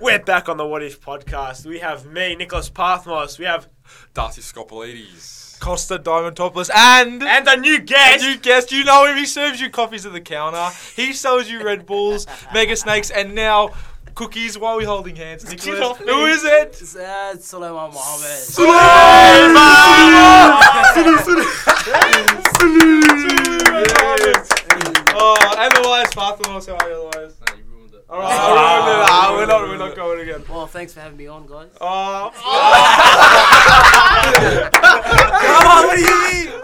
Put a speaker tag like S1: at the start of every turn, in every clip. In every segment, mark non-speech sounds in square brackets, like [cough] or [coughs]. S1: We're back on the What If podcast. We have me, Nicholas Pathmos. We have
S2: Darcy Scopolides.
S3: Costa Diamantopoulos and
S1: and a new guest.
S3: you guessed, you know him. He serves you coffees at the counter. He sells you Red Bulls, Mega Snakes, and now cookies. Why are we holding hands, Nicholas?
S1: off me.
S3: Who is it?
S4: It's, uh, Suleiman Mohammed.
S3: Oh, and Elias Parthenos. How are you, Elias?
S5: you ruined it.
S3: All right, I ruined it. Ah, we're not, we're not going again.
S4: Well, thanks for having me on, guys.
S3: Oh,
S4: what do you mean?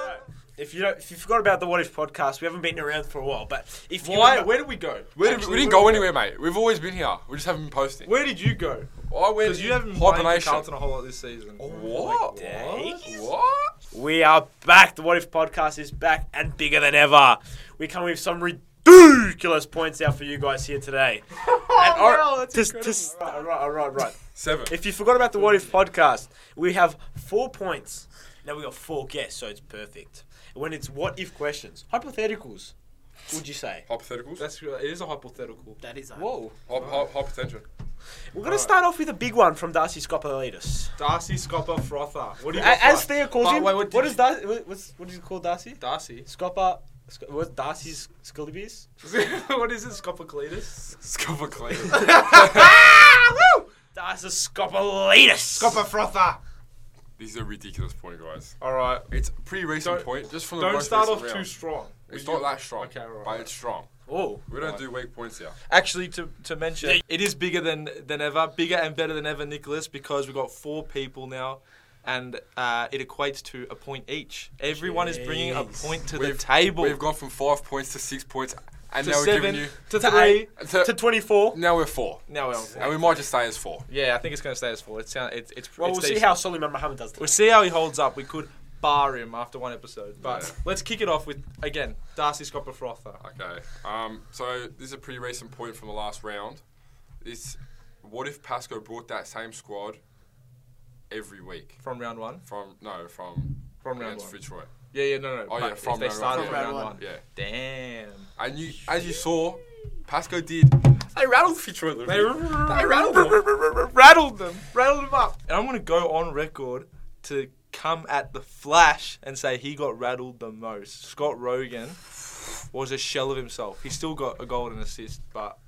S1: If you don't, if you forgot about the What If podcast, we haven't been around for a while. But if you
S3: why?
S1: remember-
S3: Where did we go?
S2: We, didn't-
S3: Actually,
S2: we didn't
S3: where
S2: go
S3: did we
S2: anywhere, mate. We've always been here. We just haven't been posting.
S3: Where did you go?
S2: I went
S3: Because you haven't been playing for
S2: hibernation.
S3: Carlton a whole lot this season.
S2: Oh, What?
S1: days?
S2: What?
S1: we are back, the What If podcast is back and bigger than ever. We come with some ridiculous points out for you guys here
S3: [laughs]
S1: today. And all right- just- just- all right, all right, all right.
S2: Seven.
S1: If you forgot about the What If podcast, we have four points. Now we got four guests, so it's perfect. When it's what if questions, hypotheticals, would you say?
S2: Hypotheticals. That's
S3: That's it is a hypothetical.
S4: That is a
S3: Whoa,
S2: hyp- hyp-
S3: [laughs]
S2: hypertension.
S1: We're gonna start off with a big one from Darcy Scopolidis.
S3: Darcy Scopper Frother. What do you?
S1: A-
S3: got
S1: As
S3: for us?
S1: Thea calls
S3: But
S1: him,
S3: wait,
S1: what
S3: what did
S1: is Darcy? What, what's, what is it called, Darcy?
S3: Darcy.
S1: Scopper. Sc- what's Darcy's Scullibies?
S3: [laughs] what is it, Scopper Cletus?
S2: Scupper clean.
S1: Darcy Scopolidis.
S3: Scopper Frother.
S2: [laughs] this is a ridiculous point, guys.
S3: All right.
S2: It's a pretty recent
S3: Don't-
S2: point, just from the
S3: Don't
S2: most
S3: start off
S2: recent
S3: too
S2: round.
S3: strong.
S2: It's
S3: We
S2: not
S3: do-
S2: that strong,
S3: Okay, right.
S2: but it's strong.
S1: Oh,
S2: We don't do weak points here.
S3: Actually, to, to mention,
S1: Yeah.
S3: it is bigger than than ever, bigger and better than ever, Nicholas, because we've got four people now, and uh, it equates to a point each. Everyone is bringing a
S1: Jeez.
S3: point to the
S2: We've-
S3: table.
S2: We've gone from five points to six points, and
S3: to
S2: now we're
S3: seven,
S2: giving you.
S3: to
S1: To
S3: three.
S1: eight.
S2: to-
S1: to 24.
S2: now we're four.
S3: Now we're on four.
S2: And we might just stay as four.
S3: Yeah, I think it's going to stay as four. It sound, it's it's.
S1: Well,
S3: it's
S1: we'll see
S3: decent.
S1: how Suleiman Mohammed does.
S3: We'll
S1: This.
S3: see how he holds up. We could bar him after one episode, but
S2: Yeah.
S3: let's kick it off with again Darcy Scopper Frother.
S2: Okay. Um, so this is a pretty recent point from the last round. It's what if Pasco brought that same squad every week
S3: from round one.
S2: from no from
S3: From round
S2: against
S3: one.
S2: Fitzroy.
S3: Yeah, yeah, no, no.
S2: Oh,
S3: but
S2: yeah,
S3: if
S2: from
S3: they
S2: round
S3: started
S2: one.
S3: from
S4: From
S3: round one.
S4: round
S2: Yeah.
S3: Damn.
S2: And you, as you saw, Pasco did. They rattled Fitzroy. a little
S3: They
S2: bit.
S3: r-
S2: They rattled them.
S3: rattled them, rattled them up. And I'm gonna go on record to come at the Flash and say he got rattled the most. Scott Rogan was a shell of himself. He still got a goal and assist, but.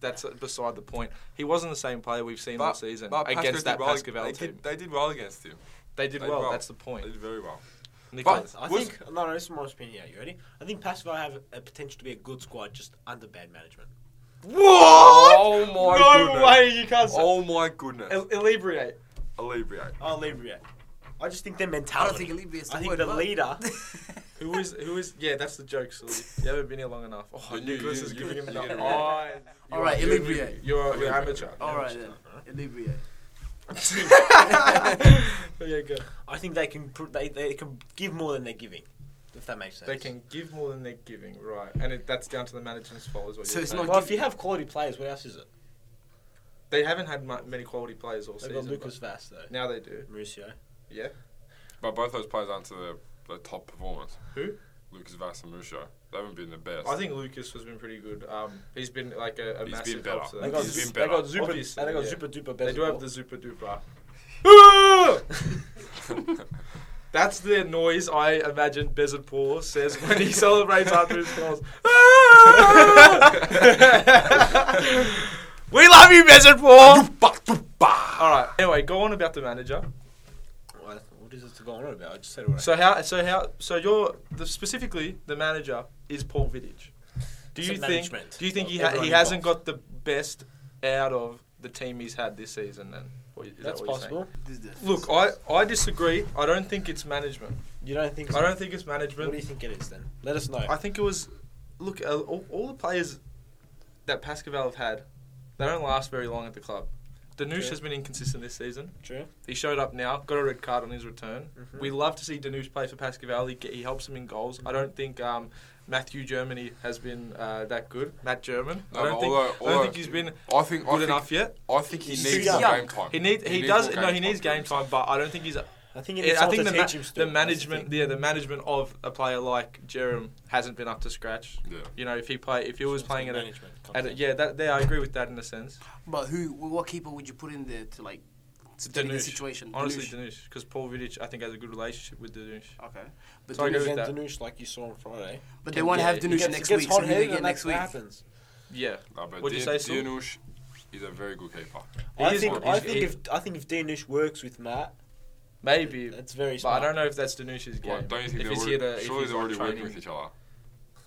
S3: That's beside the point. He wasn't the same player we've seen all
S2: But-
S3: season
S2: but Pasco
S3: against
S2: did
S3: that
S2: well-
S3: Pascaval
S2: they
S3: team.
S2: did, they did well against him.
S3: they did
S2: they did
S3: well.
S2: well.
S3: That's the point.
S2: They did very well.
S3: Nicholas,
S1: I
S2: Was-
S1: think no, no, it's my opinion. Yeah, you ready? I think Pascal have a potential to be a good squad, just under bad management.
S3: What?
S2: Oh my
S3: no
S2: goodness.
S3: way you can't. say-
S2: Oh my goodness.
S3: El- Elaborate.
S2: Alleviate.
S1: I'll leave it. at- Oh, I just think their
S4: I
S1: mentality.
S4: don't think Olivia is
S1: I think
S4: word,
S1: the
S4: but-
S1: leader.
S3: Who is? Who is? Yeah, that's the joke. Sully. You haven't been here long enough. Oh,
S2: You- you-
S3: Nicholas
S2: you-
S3: is
S2: you-
S3: giving him
S2: you
S3: the
S2: get it
S3: eye.
S4: All right,
S2: You- you-
S4: Olivia.
S3: You're you're
S2: [laughs]
S3: amateur.
S4: [laughs]
S3: [laughs]
S4: All right, then. Olivia.
S3: Yeah, good.
S1: I think they can pr- they, they can give more than they're giving, if that makes sense.
S3: They can give more than they're giving, right? And it, that's down to the management's fault, is what
S4: So
S3: you're
S4: it's
S3: saying.
S4: not-
S1: Well, if you have quality players, what else is it?
S3: They haven't had mu- many quality players all
S1: They've
S3: season.
S1: got Lucas Vass
S3: but
S1: though,
S3: Now they do.
S1: Mauricio.
S3: Yeah.
S2: But both those players aren't to the, the top performance.
S3: Who?
S2: Lucas Vasamusha. They haven't been the best.
S3: I think Lucas has been pretty good. Um, he's been like a, a
S2: He's
S3: massive
S2: been better.
S3: help to
S1: They
S3: them.
S1: got,
S2: He's
S1: Zup-
S2: been
S1: they
S2: better.
S1: got Zupa,
S3: Obviously,
S1: and they got
S3: yeah.
S1: Zupa Duper.
S3: They do have
S1: Bezerbor.
S3: the super duper. [laughs] That's the noise I imagine Bezadpor says when he celebrates after his goals. we love you, Bezadpor. All right. Anyway, go on about the manager.
S1: What what is this going on about? I just said it already.
S3: So how? So how? So you're the, specifically the manager is Paul Vidic. Do
S1: It's
S3: you
S1: a
S3: think?
S1: management
S3: Do you think
S1: of
S3: he ha-
S1: everyone
S3: he hasn't got the best out of the team he's had this season? Then Or is that
S1: That's
S3: what you're saying?
S1: possible.
S4: This is the-
S3: Look, I, I disagree. I don't think it's management.
S1: You don't think? So?
S3: I don't think it's
S1: What do you
S3: management.
S1: think it is then? Let us know.
S3: I think it was. Look, uh, all, all the players that Pascaval have had, they don't last very long at the club. Danush
S1: Yeah.
S3: has been inconsistent this season.
S1: True.
S3: He showed up now, got a red card on his return.
S1: Mhm.
S3: We love to see Danush play for Pascaval. He, he helps him in goals. I don't think um, Matthew Germany has been uh, that good. Matt German.
S2: No,
S3: I don't
S2: but
S3: think.
S2: although-
S3: I don't
S2: although-
S3: think he's been
S2: I think.
S3: good
S2: I think,
S3: enough yet.
S2: I think he
S1: He's
S2: needs
S1: too
S2: more
S1: young.
S2: game time.
S3: He needs. He,
S2: needs
S3: does.
S2: more
S3: No, he needs
S2: for
S3: game time, but I don't think he's
S1: I think you need
S3: It, I
S1: someone
S3: think
S1: to
S3: the,
S1: teach
S3: ma-
S1: him still.
S3: the management, yeah, the management of a player like Jerem hasn't been up to scratch.
S2: Yeah.
S3: You know, if he play, if he was playing at a,
S1: management.
S3: at a yeah, that, there, I agree with that in a sense.
S4: But who? What keeper would you put in there to like to deal with the
S3: Danush.
S4: situation?
S3: Honestly,
S4: Danush.
S3: Danush, because Paul Vidic, I think, has a good relationship with Danush.
S4: okay. But,
S3: So I
S4: Danush-
S3: go with that.
S1: Danush, like you saw on Friday.
S4: but they won't
S3: Yeah,
S4: have
S3: he
S4: Danush
S1: Gets-
S4: next
S1: gets
S4: week. So who do they
S1: hot-headed
S4: get
S1: and that's
S4: next
S1: what
S4: week?
S1: happens.
S3: Yeah,
S2: Nah, but
S3: What'd you say, Saul?
S2: Dianush is a very good keeper.
S3: He
S1: I
S3: is
S1: think,
S2: good.
S1: I
S2: He's-
S1: think
S3: he-
S1: if I think if Danush works with Matt,
S3: maybe,
S1: that's very
S3: but I
S1: smart.
S3: don't know if that's Danush's game.
S2: Like, don't you think
S3: if
S2: they're
S3: he's
S2: already,
S3: here to, if
S2: surely
S3: he's
S2: they're
S3: like
S2: already working
S3: training.
S2: with each other?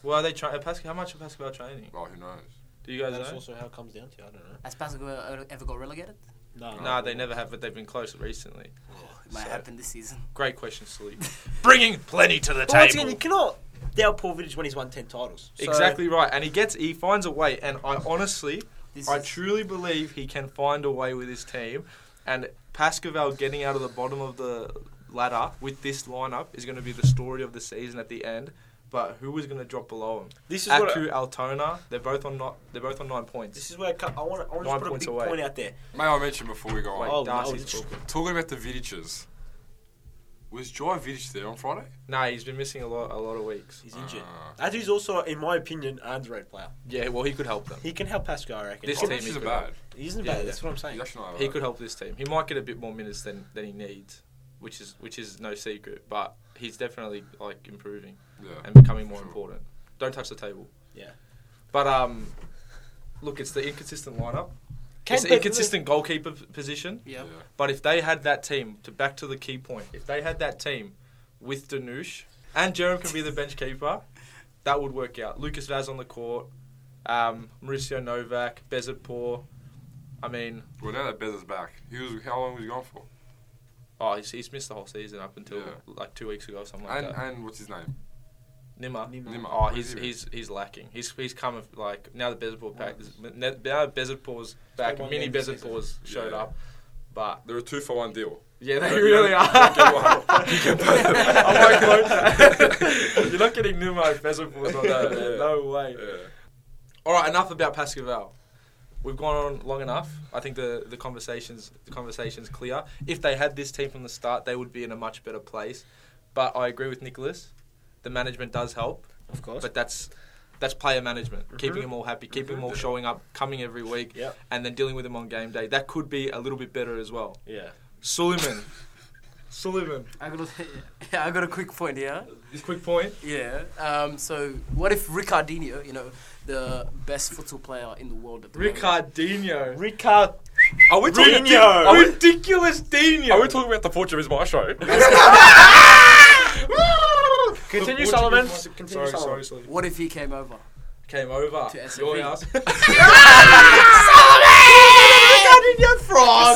S3: Well, are they trying? Pascal, how much are Pascal training?
S2: Well, who knows?
S3: Do you guys
S1: That's
S3: know?
S1: also how it comes down to. I don't
S4: Has Pascal ever- ever got relegated?
S1: know.
S3: No, they never have, but they've been close recently.
S4: It might
S3: So-
S4: happen this season.
S3: Great question, Sleep. Bringing plenty to the
S1: But once again, you cannot doubt Paul Vidic when he's won ten titles. So-
S3: exactly right, and he gets he finds a way, and I honestly,
S4: This
S3: I
S4: is-
S3: truly believe he can find a way with his team, and Pascaval getting out of the bottom of the ladder with this lineup is going to be the story of the season at the end. But who is going to drop below him?
S1: This is what I-
S3: Aku, Altona, they're both on not they're both on nine points.
S1: This is where I, co- I want to I want
S3: Nine
S1: to put a
S3: points
S1: big
S3: away.
S1: point out there.
S2: May I mention before we go on?
S3: Wait,
S1: Oh, no,
S3: Darcy's
S1: it's-
S3: talking.
S2: Talking about the Vidiches, was Jai Vidic there on Friday?
S3: Nah, he's been missing a lot a lot of weeks.
S1: He's injured.
S2: Ah.
S1: That is also, in my opinion, an underrated player.
S3: Yeah, well, he could help them.
S1: He can help Pascal, I reckon.
S3: This
S2: oh,
S3: team
S2: this
S3: is
S2: isn't
S3: good.
S2: bad.
S1: he isn't
S3: yeah,
S1: bad.
S3: yeah.
S1: That's what I'm
S2: He's
S1: saying.
S2: actually not
S3: He
S2: bad.
S3: could help this team. He might get a bit more minutes than, than he needs, which is which is no secret. But he's definitely like improving
S2: Yeah.
S3: and becoming more
S2: Sure.
S3: important. Don't touch the table.
S1: Yeah.
S3: But um, look, it's the inconsistent lineup.
S1: Can-
S3: it's
S1: but-
S3: the inconsistent goalkeeper p- position.
S4: Yeah.
S2: Yeah.
S3: But if they had that team to back to the key point, if they had that team with Danush and Jerem can be the bench keeper, that would work out. Lucas Vaz on the court, um, Mauricio Novak, Bezapor. I mean,
S2: Well, now that Bez is back, he was how long was he gone for?
S3: Oh, he's, he's missed the whole season up until
S2: Yeah.
S3: like two weeks ago or something like
S2: And
S3: that.
S2: and what's his name?
S3: Nimmer.
S1: Nimmer.
S2: Nimmer.
S3: Oh,
S2: Where's
S3: he's,
S2: he been?
S3: he's he's lacking. He's he's come of, like now the Bezapor pack now Bezapaw's back.
S1: Played one
S3: Mini
S1: game this
S3: Bezapaw's showed
S2: Yeah.
S3: up, but
S2: They're a two for one deal.
S3: yeah, they [laughs]
S2: You
S3: really
S2: don't-
S3: are.
S2: you don't get one. You get
S3: [laughs]
S2: both.
S3: I won't quote that. [laughs] You're not getting Nimmer if Bezapaw's not that.
S2: Yeah.
S3: No way.
S2: Yeah.
S3: All right, enough about Pascaval. We've gone on long enough. I think the, the conversations the conversations clear. If they had this team from the start, they would be in a much better place. But I agree with Nicholas. The management does help,
S1: Of course.
S3: but that's that's player management, keeping them all happy, keeping them all showing up, coming every week,
S1: Yep.
S3: and then dealing with them on game day. That could be a little bit better as well.
S1: yeah.
S3: Suleiman, Suleiman,
S4: I got a, yeah, I got a [laughs] quick point here.
S3: quick point.
S4: Yeah. Um, so what if Ricardinho, you know, the best football player in the world at the moment-
S3: Ricardinho.
S1: Ricard.
S2: Are we talking?
S1: Mourinho.
S2: Are we,
S3: Ridiculous Dino.
S2: are we talking about the Portuguese maestro?
S1: Continue,
S3: Portuguese
S1: Solomon.
S3: mo-
S1: Continue,
S3: Sorry,
S1: Solomon.
S3: sorry, Suleiman.
S4: What if he came over?
S3: came over
S4: To SMV.
S3: your house.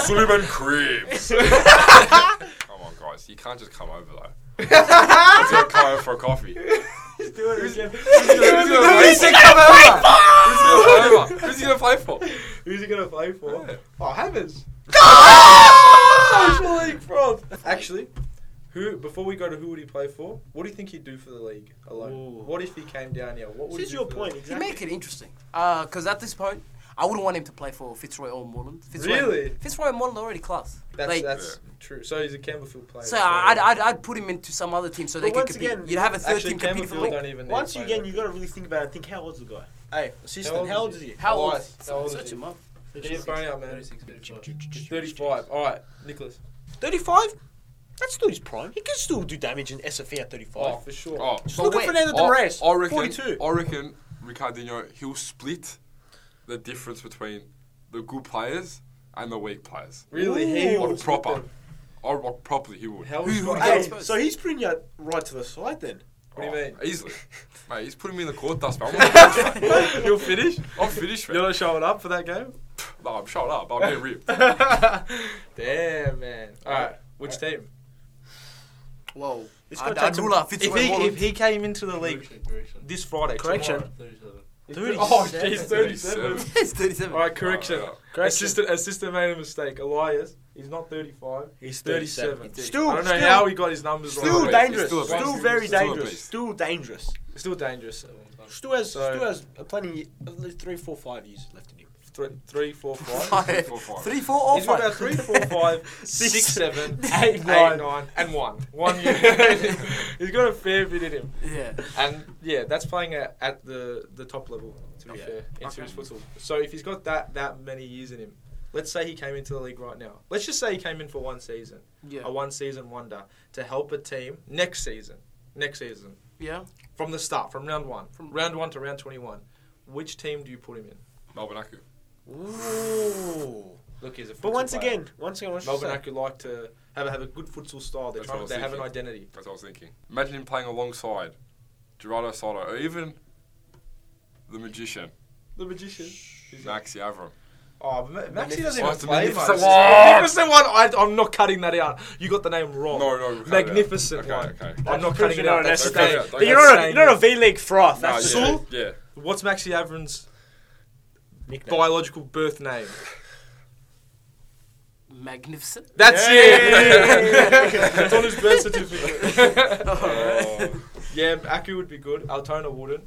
S2: Suleiman [laughs] Cribs. come on, guys. You can't just come over, [laughs] though. He's going to come over for a coffee. Who's
S1: Who's
S2: he
S1: he gonna play for?
S2: going to play for? Who's
S3: [laughs] Who's he
S2: he going to play for?
S3: gonna play for?
S2: Yeah.
S3: Oh,
S4: [laughs]
S3: heavens! Social league fraud. Actually, who? Before we go to who would he play for? What do you think he'd do for the league alone?
S1: Ooh.
S3: What if he came down here? What would
S1: This is
S3: he do
S1: your
S3: for the
S1: point,
S3: league?
S4: To
S1: exactly.
S4: make it interesting, because at this point, I wouldn't want him to play for Fitzroy or Moreland. Fitzroy,
S3: Really?
S4: Fitzroy and Moreland are already class.
S3: That's
S4: Like,
S3: that's true. So he's a Campbellfield player.
S4: so I'd, I'd, I'd put him into some other team so
S1: But
S4: they can
S1: once
S4: compete.
S1: again-
S4: You'd have a third
S3: Actually,
S4: team competing for the
S3: Campbellfield
S4: league.
S3: don't even need
S1: Once
S3: players.
S1: again, you got to really think about it. and Think how old's the guy? Hey, assistant,
S3: old
S1: how old
S3: is
S1: is
S3: he?
S1: he?
S4: How old?
S3: Why? How old is
S4: Search
S3: he?
S4: him up.
S3: Get your phone out, man.
S1: 36.
S3: Thirty-five. All right, Nicholas.
S1: 35? That's still his prime. He can still do damage in SFA at 35.
S3: Oh, for sure.
S2: Oh,
S1: Just
S4: But
S1: looking
S4: wait,
S1: for Nathan Reyes.
S2: I reckon,
S1: 42.
S2: I reckon Ricardinho, he'll split the difference between the good players and the weak players.
S3: Really? He
S1: Ooh.
S2: Like,
S3: would
S2: proper. I rock properly, he would.
S3: How
S4: Who-
S3: would
S4: who-
S3: Scott-
S1: Hey,
S4: Yeah.
S1: so he's putting you right to the side then.
S3: What do you mean? [laughs]
S2: Oh, Easily. Mate, he's putting me in the court dust, man. I'm, not-
S1: [laughs]
S3: You'll finish.
S2: I'm finished,
S3: You're
S2: man.
S3: not showing up for that game.
S2: No, I'm shut up. I'm being ripped.
S3: [laughs] Damn, man. All right, which team?
S4: Whoa.
S1: This guy
S4: I'd,
S1: takes
S4: I'd
S1: him-
S4: rule out Fitzroy and Moreland.
S3: he came into the this Friday,
S1: Correction.
S3: tomorrow-
S1: Thirty-
S3: [laughs] Oh, jeez, 37.
S2: 37.
S4: [laughs] It's 37.
S3: All right, correction.
S2: Oh, yeah.
S1: Correction.
S3: Assistant, assistant made a mistake. Elias, he's not 35.
S1: He's
S3: 37.
S1: 37.
S4: He's
S1: Still,
S3: I don't know
S1: still,
S3: how he got his numbers
S1: still
S3: wrong.
S2: da-
S1: dangerous.
S2: He's
S1: Still,
S2: still a beast.
S1: very
S2: Still a
S1: dangerous.
S2: beast.
S1: Still dangerous.
S3: Still dangerous.
S1: Still has
S3: So-
S1: still has plenty, at least three, four, five years left in him.
S3: three, three, four, five.
S4: Five. Oh
S2: four, five.
S4: Three, four, or
S3: He's got
S4: five.
S3: about three, four, five,
S1: Six,
S3: six, seven,
S1: eight,
S3: eight,
S1: nine.
S3: nine, and one. One year. [laughs] He's got a fair bit in him.
S4: [laughs] Yeah.
S3: And yeah, that's playing at, at the, the top level, to be
S1: Yeah.
S3: fair, in
S2: Okay.
S3: Swedish football. So if he's got that, that many years in him, let's say he came into the league right now. Let's just say he came in for one season,
S4: Yeah.
S3: a one season wonder, to help a team next season. Next season.
S4: Yeah.
S3: From the start, from round one. From
S4: From-
S3: round one to round 21. Which team do you put him in?
S2: Melbourne Aku.
S1: Ooh.
S3: Look, he's a
S1: But
S3: futsal
S1: once
S3: player.
S1: again, once again, what's
S3: Melbourne
S1: Melbourne
S3: Aku like to have a, have a good futsal style. They're
S2: That's
S3: trying,
S2: what
S3: they
S2: I
S3: have
S2: was
S3: an
S2: thinking.
S3: identity.
S2: That's what I was thinking. Imagine him playing alongside Gerardo Soto or even the magician,
S3: The magician. Is he-
S2: Maxi Avram.
S3: Oh, Ma- Maxi doesn't even
S2: Magnificent.
S3: play much.
S2: Magnificent
S3: Magnificent one. I, I'm not cutting that out. You got the name wrong.
S2: No, no, we cut it out.
S3: magnificent
S2: Okay,
S3: one.
S2: okay.
S3: I'm not cutting it out. That's
S2: Don't
S3: staying.
S2: cut it out.
S1: But
S2: Don't
S1: you're
S2: cut
S3: That's
S1: not, a,
S3: staying.
S1: you're not a V League froth.
S2: No,
S1: That's
S2: yeah,
S1: just
S3: Saul? [laughs]
S2: yeah.
S3: What's Maxi Avram's
S1: nickname.
S3: biological birth name?
S4: Magnificent.
S3: That's
S1: Yeah.
S3: it. That's on his birth certificate.
S2: Oh,
S3: yeah, Aku would be good. Altona wouldn't.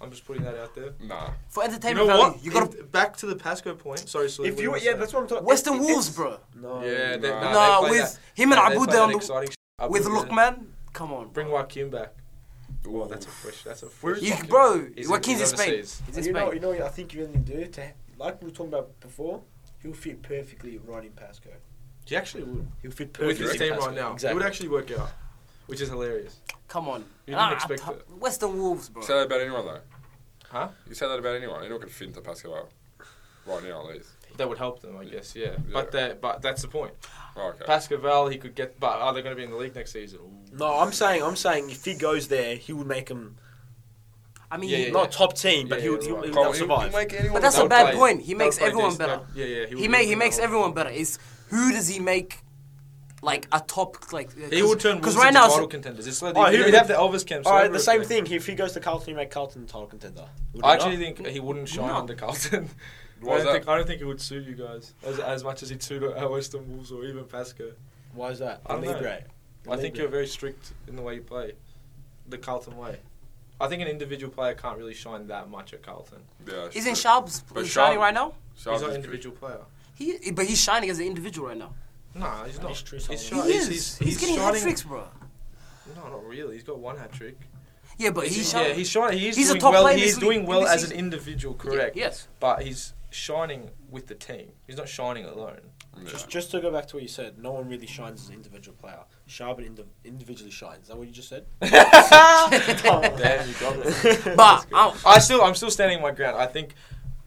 S3: I'm just putting that out there.
S2: nah.
S4: [laughs] For
S3: You
S4: entertainment
S3: know
S4: value,
S3: what?
S4: you got to.
S3: If- back to the Pasco point. Sorry, sorry.
S1: If you, yeah, that's what I'm talking.
S4: Western
S1: it- it-
S4: Wolves,
S1: it's-
S4: bro.
S1: No.
S2: Yeah,
S3: they,
S2: nah.
S3: nah,
S4: Nah,
S3: they play
S4: with
S3: that-
S4: him and
S3: nah, they
S4: Abu
S3: play that
S4: down the-
S3: exciting sh- Abu
S4: With
S3: down.
S4: Lookman, come on.
S3: Bring
S4: bro.
S3: Joaquin back.
S2: Ooh.
S3: That's a fresh. That's a
S2: Where
S3: fresh.
S2: is
S4: You,
S2: Joaquin?
S4: bro,
S3: He's in-
S4: Joaquin's in
S3: he's
S4: Spain.
S3: overseas.
S4: He's in
S5: you know, you
S4: Spain.
S5: know what I think you really do to like we were talking about before. He'll fit perfectly right in Pasco.
S3: He actually would.
S5: He'll fit
S3: With
S5: perfectly
S3: his
S5: in
S3: team
S5: Pasco.
S3: right now, it
S5: Exactly.
S3: would actually work out, which is hilarious.
S4: Come on.
S3: You didn't
S4: Nah,
S3: expect
S4: I'm t-
S3: it.
S4: Western Wolves, bro.
S2: You say that about anyone though.
S3: Huh?
S2: You say that about anyone. Anyone can fit into Pascal right now at least.
S3: That would help them, I guess. Yeah,
S2: Yeah.
S3: but that, but that's the point.
S2: Oh, okay.
S3: Pascaval, he could get, but are they going to be in the league next season? Ooh.
S1: No, I'm saying, I'm saying, if he goes there, he would make him
S4: I mean,
S3: Yeah, yeah,
S1: not top team, but
S3: Yeah,
S1: he would,
S3: yeah,
S1: he
S3: right.
S1: would, he
S2: Cole,
S1: would
S2: he'll-
S1: survive.
S2: he'll make anyone
S4: But that's
S3: They
S4: a
S3: would
S2: available.
S4: bad
S3: play-
S4: point. He
S3: they
S4: makes
S3: would play
S4: everyone
S3: decent.
S4: better.
S3: Yeah, yeah.
S4: he
S3: would
S4: ma-
S3: be
S4: he
S3: in
S4: makes
S3: that
S4: everyone better. It's who does he make like a top like?
S3: one. He would turn
S4: because
S3: because
S4: right now, so-
S3: contenders. It's like
S1: Oh,
S3: he
S1: he
S3: would
S1: would-
S3: have the Elvis camp.
S1: All right, the
S3: Cerberus
S1: same
S3: thing.
S1: thing. If he goes to Carlton, he make Carlton title contender. Would he
S3: I actually
S1: not?
S3: think he wouldn't shine
S4: No.
S3: under Carlton. I
S2: Why is
S3: don't,
S2: that?
S3: think, I don't think it would suit you guys as, as much as it suited our Western Wolves or even Pasco.
S1: Why is that?
S3: I don't know.
S1: Libre.
S3: I think
S1: Libre.
S3: you're very strict in the way you play, the Carlton way. I think an individual player can't really shine that much at Carlton.
S2: Yeah, that's
S4: isn't
S2: true.
S4: Sharp's
S2: But Sharp-
S4: shining right now?
S2: Sharp
S3: he's not
S2: is
S3: an
S2: good.
S3: individual player.
S4: He but he's shining as an individual right now.
S3: Nah, he's not.
S1: He's true
S3: he's,
S1: solid.
S4: he is.
S3: he's,
S4: He's,
S3: he's,
S4: getting hat
S3: shining-
S4: tricks, bro.
S3: No, not really. He's got one hat trick.
S4: Yeah, but he's
S3: yeah,
S4: shining.
S3: he's shining. He's,
S4: He's a
S3: doing
S4: top
S3: well.
S4: player in
S3: He's
S4: this
S3: doing
S4: league-
S3: well
S4: in this
S3: as an
S4: season.
S3: individual,
S4: Yeah,
S3: correct?
S4: yes.
S3: But he's shining with the team. He's not shining alone.
S2: Yeah.
S1: Just, just to go back to what you said, no one really shines as an individual player. Sharpen indi- individually shines. Is that what you just
S3: [laughs]
S1: said? [laughs]
S3: Damn, you got it. [laughs]
S4: But I'm,
S3: I still, I'm still standing my ground. I think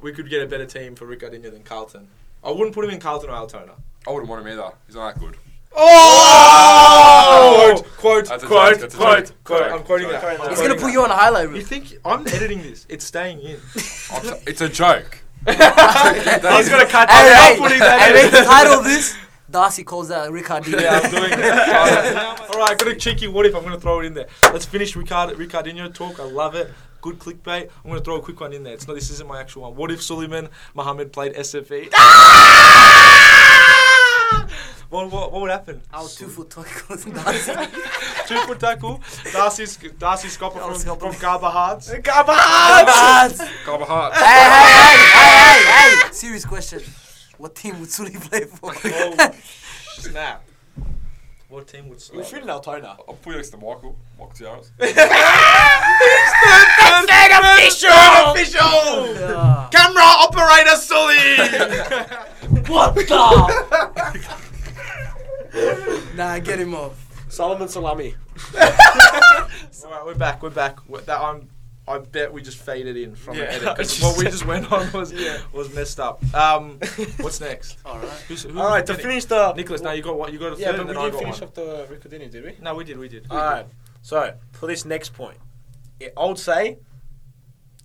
S3: we could get a better team for Ricardinho than Carlton. I wouldn't put him in Carlton or Altona.
S2: I wouldn't want him either. He's not that good.
S3: Oh! Quote, quote,
S2: That's a
S3: quote,
S2: joke, that's a
S3: quote,
S2: joke.
S3: quote.
S2: Joke,
S3: I'm quoting
S2: joke.
S3: that. I'm
S4: he's
S3: quoting
S4: gonna put
S3: that.
S4: you on a highlight
S3: You
S4: reel.
S3: think I'm editing this? It's staying in.
S2: I'm so- it's
S1: [laughs]
S2: a joke.
S1: He's gonna cut
S4: Hey,
S1: that
S4: hey, hey, make the title of this. [laughs] Darcy calls out Ricardinho.
S3: [laughs] Yeah,
S4: [laughs]
S3: I'm [laughs] doing it. All right, I got a cheeky what if. I'm going to throw it in there. Let's finish Ricard, Ricardinho talk. I love it. Good clickbait. I'm going to throw a quick one in there. It's not. This isn't my actual one. What if Suleiman Mohammed played E? [laughs] SFE? Ah! What, what, what would happen?
S4: I was two foot tall.
S3: [laughs]
S4: calls Darcy.
S3: Two foot tackle. Darcy, Sc- Darcy Scopper
S4: That
S3: from,
S4: was
S3: from
S4: helpful.
S3: Garba Hearts.
S4: Darcy.
S2: Garber Hart.
S4: hey, hey, hey, hey, hey, hey. Serious question. What team would Sully play
S3: [laughs]
S4: for?
S1: [laughs]
S3: Oh, snap. What team would
S1: We're
S3: Suleiman?
S1: shooting Altona.
S2: I'll put you next to Michael. Michael Tiaras.
S3: Official! Official!
S4: Yeah.
S3: Camera
S1: [laughs]
S3: operator Sully!
S4: What the? nah, get him off.
S1: Solomon Salami.
S3: Alright, we're back, we're back. We're- that, I'm, I bet we just faded in from
S1: Yeah.
S3: the
S1: [laughs]
S3: edit. 'cause
S1: Just-
S3: what we just went on was,
S1: Yeah.
S3: was messed up.
S1: [laughs]
S3: Um, what's next?
S4: All right.
S3: Who's, who
S1: All right, to finish the
S3: Nicholas, now you got what? You got a third
S1: yeah,
S3: and
S1: but we
S3: then I
S1: didn't
S3: got
S1: finish
S3: one.
S1: off the Ricardini, did we?
S3: No, we did, we did.
S1: All right. So for this next point, I- I would say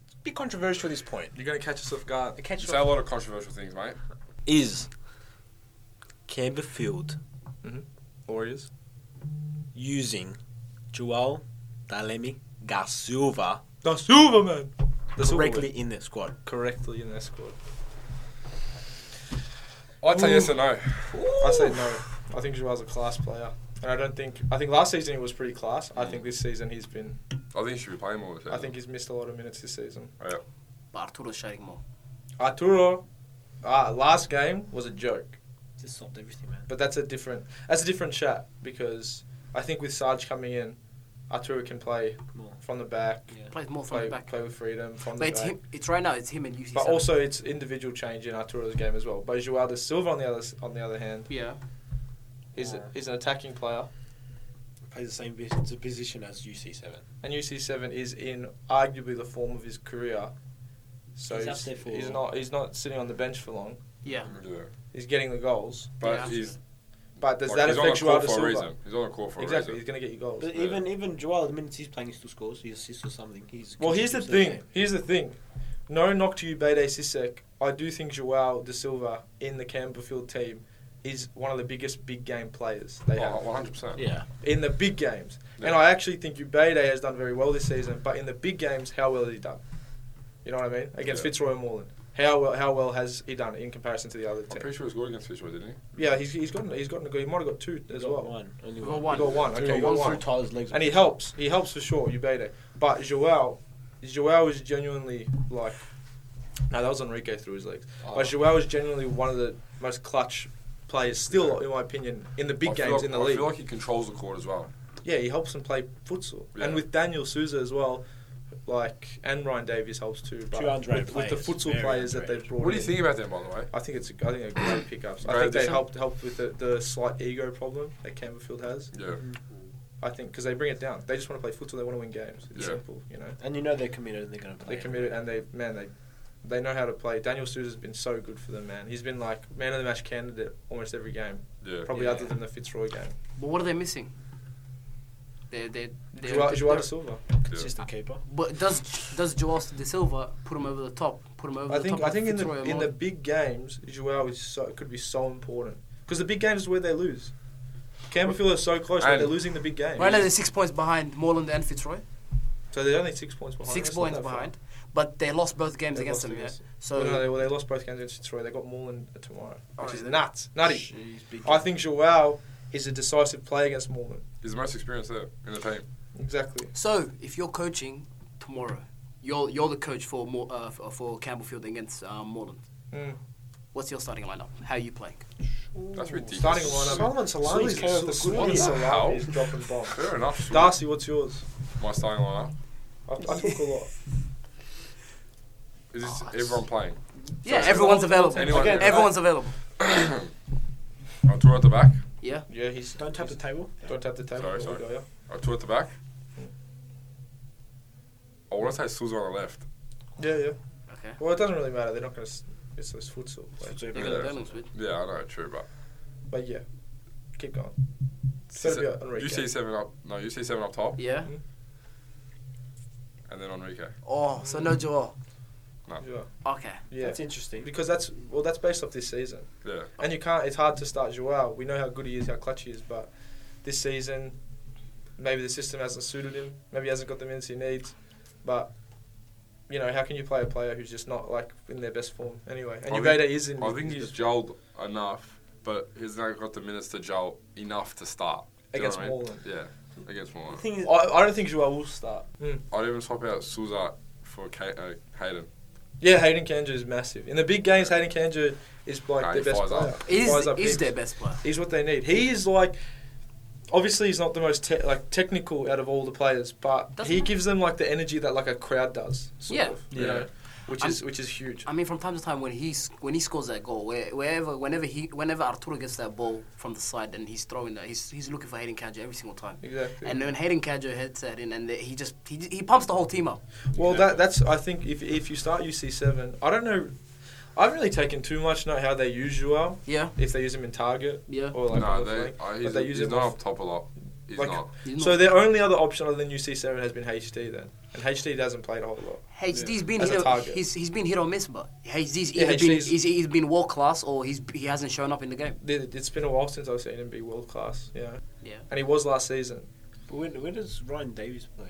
S1: it's a bit controversial. This point
S3: You're going to catch us off guard.
S1: The catch
S2: You say a lot of controversial things, mate.
S1: is Camberfield
S3: Warriors.
S1: using Joel Dalemi da Silva
S3: The Silverman! The
S1: correctly in the squad.
S3: Correctly in their squad.
S2: I'd say yes or no.
S3: I say no. I think Joel's a class player. And I don't think. I think last season he was pretty class. I
S5: Mm.
S3: think this season he's been.
S2: I think he should be playing more. this
S3: I
S2: season.
S3: think he's missed a lot of minutes this season.
S2: Yeah.
S4: But Arturo's shining more.
S3: Arturo, uh, last game was a joke,
S5: Just stopped everything, man.
S3: but that's a different that's a different chat because I think with Sarge coming in, Arturo can play
S5: More.
S3: from the back,
S5: Yeah.
S4: Plays more from
S3: play,
S4: the back.
S3: play with freedom from
S4: But
S3: the
S4: it's
S3: back.
S4: him. It's right now. It's him and UC.
S3: But also, it's individual change in Arturo's game as well. But Joao da Silva, on the other s- on the other hand,
S4: yeah.
S3: is
S5: Yeah.
S3: is an attacking player,
S5: Plays the same bus- position as UC7.
S3: and UC seven is in arguably the form of his career. So
S5: He's up
S3: he's,
S5: there for-
S3: he's not he's not sitting on the bench for long.
S4: Yeah.
S2: Yeah.
S3: He's getting the goals,
S2: But
S4: Yeah.
S2: he's,
S3: but does
S2: like,
S3: that
S2: he's
S3: affect
S2: on a
S3: Joao
S2: call
S3: da
S2: for a
S3: Silva?
S2: reason. He's on a call for
S3: Exactly,
S2: a
S3: he's
S2: reason.
S3: gonna get you goals.
S5: But
S2: Yeah.
S5: even even Joel, the minutes he's playing, he still scores. He assists or something. He's
S3: Well, here's the
S5: contributes to
S3: thing. Here's the thing. No knock to you, Bede Sisek. I do think Joao da Silva in the Camberfield team is one of the biggest big game players they have.
S2: Oh, 100%.
S5: game. Yeah.
S3: in the big games. And
S2: Yeah.
S3: I actually think Ubede has done very well this season, but in the big games, how well has he done? You know what I mean? Against
S2: Yeah.
S3: Fitzroy and Moreland. How well, how well has he done in comparison to the other
S2: I'm
S3: team?
S2: pretty sure he scored against Fitzroy, didn't he?
S3: Yeah, he's, he's gotten he's gotten a goal. He might have got two as well.
S5: One. Only
S4: We
S5: one.
S3: He
S4: got one.
S3: got one.
S5: Through-
S3: Okay, he got
S5: through
S3: one.
S5: Tyler's legs.
S3: And he helps. He helps for sure, Ubede. But Joao, Joao is genuinely like. No, that was Enrique through his legs.
S2: Ah.
S3: But Joao is genuinely one of the most clutch players, still, in my opinion, in the big
S2: I feel
S3: games
S2: like-
S3: in the
S2: I
S3: league.
S2: feel like he controls the court as well.
S3: Yeah, he helps them play futsal.
S2: Yeah.
S3: And with Daniel Souza as well, like and Ryan Davies helps too. But
S5: Two underrated
S3: with, with the
S5: players,
S3: futsal
S5: very
S3: players that
S5: underrated.
S3: they've brought
S2: What do you
S3: in,
S2: think about them, by the way?
S3: I think it's a, I think they're
S2: [coughs]
S3: great pickups. I
S2: Great
S3: think they
S2: addition.
S3: helped helped with the, the slight ego problem that Camberfield has.
S2: Yeah.
S5: Mm.
S3: I think because they bring it down. They just want to play futsal. They want to win games. It's
S2: Yeah.
S3: simple, you know.
S5: And you know they're committed and they're going to play.
S3: They committed and they man they they know how to play. Daniel Souza's been so good for them, man. He's been like man of the match candidate almost every game,
S2: Yeah.
S3: probably
S5: Yeah.
S3: other than the Fitzroy game.
S4: But what are they missing? They they they.
S3: Joao, Joao da
S4: they're-
S3: Silva.
S5: Consistent keeper.
S4: But does does Joao de Silva put him over the top? Put him over
S3: I
S4: the
S3: think
S4: top.
S3: I
S4: of
S3: think in the
S4: Fitzroy and
S3: in the
S4: Moreland?
S3: big games, Joao is so, could be so important because the big games is where they lose. Camberfield are so close that
S2: And-
S3: they're losing the big game,
S4: right now they're six points behind Moreland and Fitzroy.
S3: so they're only six points behind.
S4: six
S3: That's not
S4: points
S3: that far.
S4: behind, but they lost both games
S3: They
S4: against
S3: lost
S4: them. Yeah.
S3: against-
S4: So
S3: no, no, they, well, they lost both games against Detroit. They got Moreland tomorrow,
S4: Oh,
S3: which
S4: yeah,
S3: is
S4: they-
S3: nuts, nutty.
S5: Jeez, big
S3: I think Joao is a decisive play against Moreland.
S2: He's the most experienced there in the team.
S3: Exactly.
S4: So, if you're coaching tomorrow, you're you're the coach for more, uh, f- for Campbellfield against um, Moreland.
S3: Mm.
S4: What's your starting lineup? How are you playing?
S2: That's ridiculous.
S3: Starting lineup.
S5: Solomon Solani's
S3: Sully's
S5: good.
S3: Solomon
S5: What the
S3: Solani is
S2: hell?
S3: dropping bombs.
S2: Fair enough. sure.
S3: Darcy, what's yours?
S2: My starting lineup.
S3: I, I talk a lot.
S2: Is this
S4: Oh, it's-
S2: everyone playing?
S4: Yeah,
S2: So-
S4: everyone's available.
S2: Anyone
S4: Okay,
S2: can-
S4: everyone's available.
S2: Arturo at the back.
S4: Yeah.
S3: Yeah, he's
S5: Don't tap the table.
S3: don't tap the table. Here
S2: Sorry,
S3: we
S2: sorry.
S3: go, yeah.
S2: Arturo at the back. Oh, I want to say Souza on the left.
S3: Yeah, yeah.
S4: Okay.
S3: Well, it doesn't really matter. They're not going to. It's those futsal. Like,
S5: It's over there.
S4: They're gonna
S2: Yeah.
S4: they're gonna split.
S2: Yeah, I know, true, but
S3: but yeah, keep going. It's gotta be Hmm?
S2: Se-
S3: Enrique.
S2: UC seven up. No, UC seven up top,
S4: Yeah.
S2: and then Enrique.
S4: Oh, so no Joel.
S2: Oh.
S3: Yeah,
S4: Okay.
S3: yeah.
S5: That's interesting.
S3: because that's well, that's based off this season,
S2: Yeah,
S3: and you can't. It's hard to start Joao. We know how good he is, how clutch he is, but this season, maybe the system hasn't suited him. Maybe he hasn't got the minutes he needs, but. You know, how can you play a player who's just not like in their best form anyway? And
S2: I think-
S3: Ubeda is in.
S2: I think
S3: his
S2: he's
S3: best-
S2: joled enough, but he's not got the minutes to jolt enough to start. Do you know
S3: Against
S2: what I mean?
S3: Moreland.
S2: Yeah, against
S5: The
S2: Moreland.
S5: thing is,
S3: I, I don't think Joao will start.
S2: I'd even swap out Souza for K- uh, Hayden.
S3: Yeah, Hayden Kanju is massive. In the big games, Hayden Kanju is like
S2: Nah,
S3: their
S2: he
S3: best
S2: fires
S3: player.
S2: up.
S3: He
S4: Is
S3: fires up
S4: is
S3: heaps.
S4: their best player?
S3: He's what they need. He is like, obviously, he's not the most te- like technical out of all the players, but
S4: Doesn't
S3: he
S4: matter.
S3: gives them like the energy that like a crowd does. Sort
S4: Yeah.
S3: of, you
S2: Yeah.
S3: know, which
S4: I'm-
S3: is which is huge.
S4: I mean, from time to time, when he's when he scores that goal, where, wherever, whenever he, whenever Arturo gets that ball from the side and he's throwing that, he's he's looking for Hayden Kajo every single time.
S3: Exactly.
S4: And when Hayden Kajo hits that in, and he just he, he pumps the whole team up.
S3: well, that that's I think if if you start UC seven, I don't know. I haven't really taken too much note how they use Joao.
S4: Yeah,
S3: If they use him in target
S4: yeah.
S3: or like on
S2: no,
S3: the
S2: they,
S3: flank.
S2: uh,
S3: but
S2: he's,
S3: they use
S2: he's
S3: him
S2: not
S3: off.
S2: up top a lot. He's
S3: Like-
S2: not.
S4: He's not-
S3: So their only other option other than UC seven has been HD then, and HD hasn't played a whole lot.
S4: HD's been
S3: As a
S4: hit or,
S3: target.
S4: he's he's been hit or miss, but HD's
S3: Yeah,
S4: either been
S3: HD's
S4: he's, he's been world class or he's he hasn't shown up in the game.
S3: Th- It's been a while since I've seen him be world class. Yeah,
S4: Yeah.
S3: and he was last season.
S5: when, when does Ryan Davies play?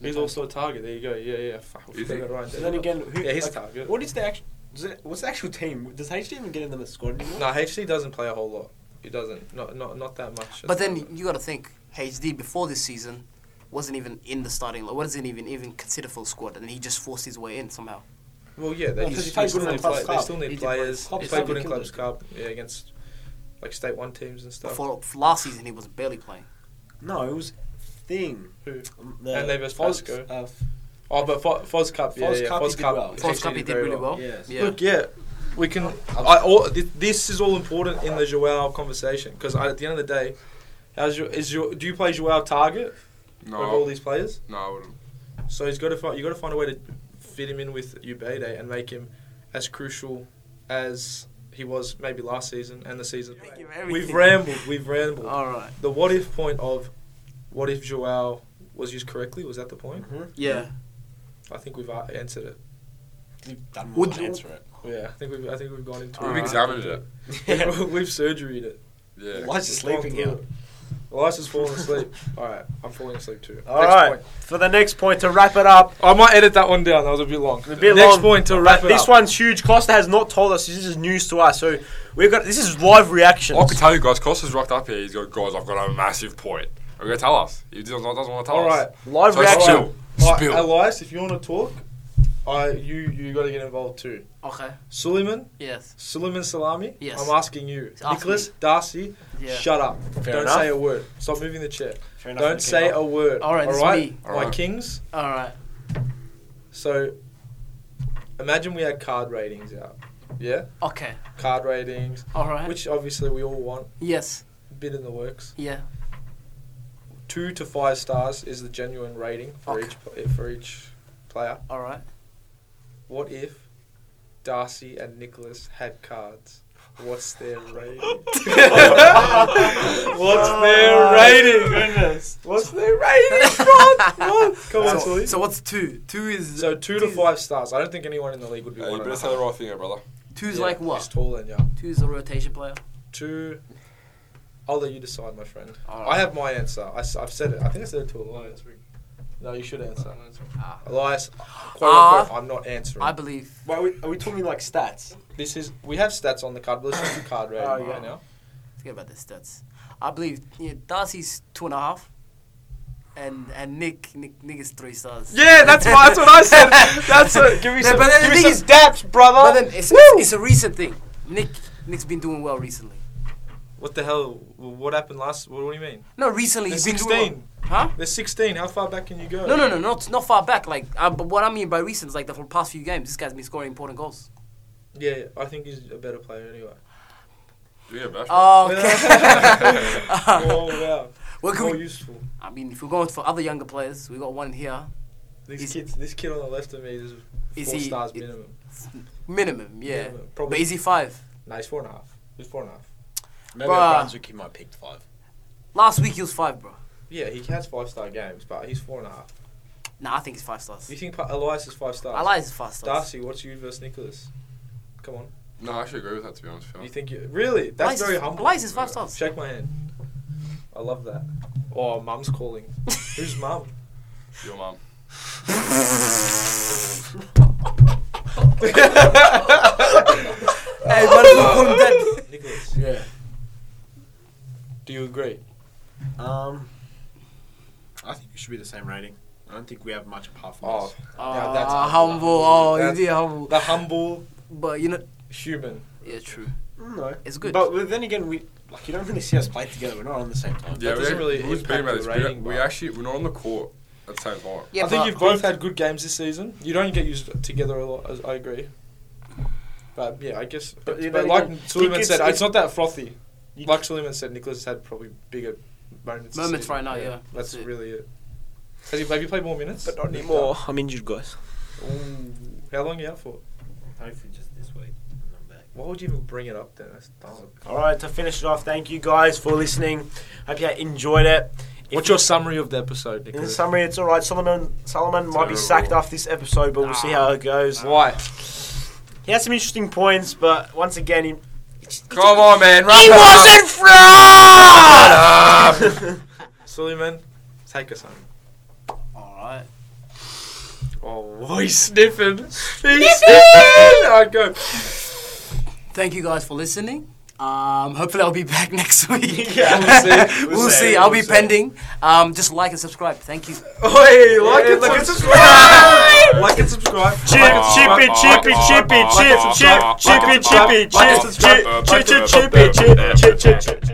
S3: He's also a target. There you go. Yeah, yeah. Fuck. I
S2: Is
S3: forgot
S2: he?
S3: about Ryan
S5: So then
S3: Davies.
S5: again, who,
S3: yeah, he's
S5: like,
S3: a target.
S5: What is the actual? Does it, what's the actual team? Does HD even get in the squad anymore?
S3: No, HD doesn't play a whole lot. He doesn't. Not not not that much.
S4: But then you got to think HD before this season wasn't even in the starting. Like, wasn't even even considered full squad, and he just forced his way in somehow.
S3: Well, yeah, they,
S5: Well, Oh, 'cause
S3: just,
S5: he
S3: they,
S5: played
S3: still
S5: good in
S3: need
S5: the
S3: play,
S5: Clubs
S3: they
S5: Cup.
S3: still
S4: He
S3: need
S4: did
S3: players.
S5: play- Clubs
S3: He played good in
S5: Cup,
S3: Clubs
S5: he
S3: Cup, yeah, against like State One teams and stuff.
S4: For last season, he was barely playing.
S5: No, it was thing.
S3: Who?
S5: Um, The
S3: And they versus
S5: Foz-
S3: Pasco.
S5: Uh, f-
S3: Oh, but Fo- Foz Cup, yeah,
S5: Foz
S3: yeah,
S5: Cup, he
S3: Foz
S5: did
S3: Cup,
S5: well.
S3: actually
S4: Foz Cup, he did
S3: very
S4: really well.
S5: Yes.
S4: Yeah.
S3: Look, yeah, we can. I, all, thi- this is all important in the Joao conversation because at the end of the day, how's your, is your, do you play Joao target
S2: No,
S3: over all these players?
S2: no, I wouldn't.
S3: So he's got to find you got to find a way to fit him in with Ubede and make him as crucial as he was maybe last season and the season.
S4: Thank you for everything.
S3: We've rambled. We've rambled.
S4: All right.
S3: The what if point of what if Joao was used correctly? Was that the point?
S4: Yeah.
S3: I think we've uh, answered it.
S5: You've done more
S4: Would
S5: than
S4: you-
S5: answer it.
S3: Yeah, I think we've I think we've gone into
S4: All
S2: We've
S4: right.
S3: it.
S2: examined it.
S3: We've, [laughs] we've surgeried it.
S2: Yeah.
S5: Why is it sleeping out?
S3: Elias is falling [laughs] asleep. All right, I'm falling asleep too.
S1: All right.
S3: point.
S1: For the next point, to wrap it up,
S3: I might edit that one down. That was a bit long.
S1: A bit
S3: Next
S1: long,
S3: point to
S1: but
S3: wrap it
S1: this
S3: up.
S1: one's huge. Costa has not told us. This is news to us. So we've got this is live reactions.
S2: I can tell you guys, Costa's rocked up here. He's got, guys, I've got a massive point. Are you going to tell us? He doesn't, doesn't want to tell
S3: All right,
S2: us.
S1: Live
S2: So
S1: reaction.
S2: spill.
S3: All right,
S2: Spill.
S3: Elias, if you want to talk, I you you got to get involved too.
S4: Okay.
S3: Suleiman,
S4: Yes.
S3: Suleiman Salami.
S4: Yes.
S3: I'm asking you,
S4: Ask
S3: Nicholas Darcy.
S4: Yeah.
S3: Shut up! Don't
S1: enough.
S3: say a word. Stop moving the chair.
S5: Fair enough,
S3: Don't
S5: okay.
S3: say a word.
S4: All right, this is me.
S3: My
S2: All right.
S3: kings.
S4: All right.
S3: So, imagine we had card ratings out. Yeah,
S4: Okay.
S3: card ratings,
S4: All right.
S3: which obviously we all want.
S4: Yes.
S3: Bit in the works.
S4: Yeah.
S3: two to five stars is the genuine rating for
S4: Okay.
S3: each each for each player.
S4: All right.
S3: What if Darcy and Nicholas had cards? What's their
S4: [laughs]
S3: rating? What's their rating?
S5: Goodness.
S3: What's their rating? What? What? Come on,
S4: So,
S3: Sully.
S4: so what's two? Two is
S3: So two to five stars. I don't think anyone in the league would be
S2: Hey, you
S3: one.
S2: better
S3: and a
S2: say the
S3: half.
S2: right thing here, brother.
S4: Two's
S3: Yeah,
S4: like
S3: He's
S4: what?
S3: taller than you.
S4: Two's a rotation player.
S3: Two. I'll let you decide, my friend.
S4: All
S3: I have my answer. I, have said it. I think I said it to Elias. No, you should answer.
S4: Ah.
S3: Elias, quote unquote, I'm not answering.
S4: I believe.
S5: Wait, are, we, are we talking like stats?
S3: This is we have stats on the card, but let's do card rating
S5: Oh,
S3: right
S5: yeah.
S3: now.
S4: Forget about the stats. I believe yeah, Darcy's two and a half, and and Nick Nick Nick is three stars.
S3: Yeah, that's what, that's what I said. That's what, [laughs] give me
S4: Yeah,
S3: some,
S4: but then
S3: give
S4: the
S3: me
S4: thing
S3: some daps,
S4: But
S3: brother.
S4: then it's, it's, it's a recent thing. Nick Nick's been doing well recently.
S3: what the hell? What happened last? What, do you mean?
S4: No, recently
S3: They're
S4: he's been doing
S3: 16.
S4: well. Huh?
S3: They're 16. How far back can you go?
S4: No, no, no, not not far back. Like, um, but what I mean by recent is like the for the past few games, this guy's been scoring important goals.
S3: Yeah, I think he's a better player anyway.
S2: You get a bash,
S4: Oh,
S3: [laughs]
S4: okay. [laughs]
S3: oh wow,
S4: Well, can
S3: more
S4: we-
S3: useful.
S4: I mean, if we're going for other younger players, we got one here.
S3: This
S4: Is-
S3: kid, this kid on the left of me is four
S4: Is he-
S3: stars
S4: it-
S3: minimum.
S4: Minimum, yeah.
S3: Minimum, probably.
S4: But is he five?
S3: No, he's four and a half. He's four and a half.
S5: Maybe
S4: Bruh.
S5: Brunswick he might pick five.
S4: Last week he was five, bro.
S3: Yeah, he has five star games, but he's four and a half.
S4: Nah, I think he's five stars.
S3: You think Pa- Elias is five stars?
S4: I like his five stars.
S3: Darcy, what's you versus Nicholas? Come on.
S2: No, I actually agree with that, to be honest. with
S3: You
S2: You
S3: think you really? That's
S4: Elias is-
S3: very humble.
S4: Elias is five stars.
S3: Shake my hand. I love that. Oh, mum's
S4: [laughs]
S3: calling. Who's mum?
S2: Your mum.
S4: Hey, why did you call him that?
S3: [laughs] Nicholas.
S5: Yeah.
S3: Do you agree?
S5: Um. I think it should be the same rating. I don't think we have much apart from
S3: Oh,
S5: us.
S3: now that's
S4: Ah, humble. Oh,
S3: That's-
S4: he's yeah, humble.
S3: the humble
S4: But you know,
S3: human.
S4: yeah, true.
S5: Mm, No,
S4: It's good.
S5: But well, then again, we like you don't really see us play together. We're not on the same time.
S2: Yeah,
S3: doesn't
S2: we,
S3: really
S2: we was
S3: impact
S2: speaking about
S3: the
S2: this.
S3: rating,
S2: we, we
S3: but-
S2: actually we're not on the court at the same time.
S4: Yeah,
S3: I think
S4: but-
S3: you've both had good games this season. You don't get used together a lot. as- I agree. But yeah, I guess.
S5: But
S3: But,
S5: you
S3: but
S5: know,
S3: like
S5: you know,
S3: Suleiman
S5: it's-
S3: said,
S5: it's-
S3: it's not that frothy. Like Suleiman said, Nicholas has had probably bigger moments. this
S4: Moments
S3: season.
S4: right now, yeah.
S3: That's
S4: That's it.
S3: really it. Has he, have you played more minutes?
S5: I'm injured, guys.
S3: How long are you out for?
S5: Hopefully, just this week. I'm back.
S3: Why would you even bring it up then? That's dumb.
S1: All right, to finish it off, thank you guys for listening. Hope you enjoyed it. If
S3: What's
S1: you-
S3: your summary of the episode,
S1: in
S3: Nicholas?
S1: summary? It's all right. Solomon Solomon might be
S2: Terrible.
S1: sacked after this episode, but we'll see how it goes.
S3: Why?
S1: He had some interesting points, but once again, he,
S2: Come on, man. Run
S1: he
S2: that up.
S1: wasn't fraud.
S3: Ah,
S1: [laughs]
S3: Suleiman, take us home.
S4: All right.
S3: Oh, he's sniffing. He's sniffing. I go.
S4: Thank you guys for listening. Um, hopefully, I'll be back [laughs] next week.
S2: Yeah,
S4: [laughs] we'll see.
S2: we'll see, we'll
S4: I'll be
S2: see.
S4: pending. Um, just like and subscribe. Thank you.
S3: Oi, like
S2: Yeah,
S3: and
S2: like and
S3: subscribe. like and subscribe.
S2: Chip, chippy, chippy, chippy, chip, chip, chippy, chippy, chip, chip, chip, chippy, chip, chip, chip, chip.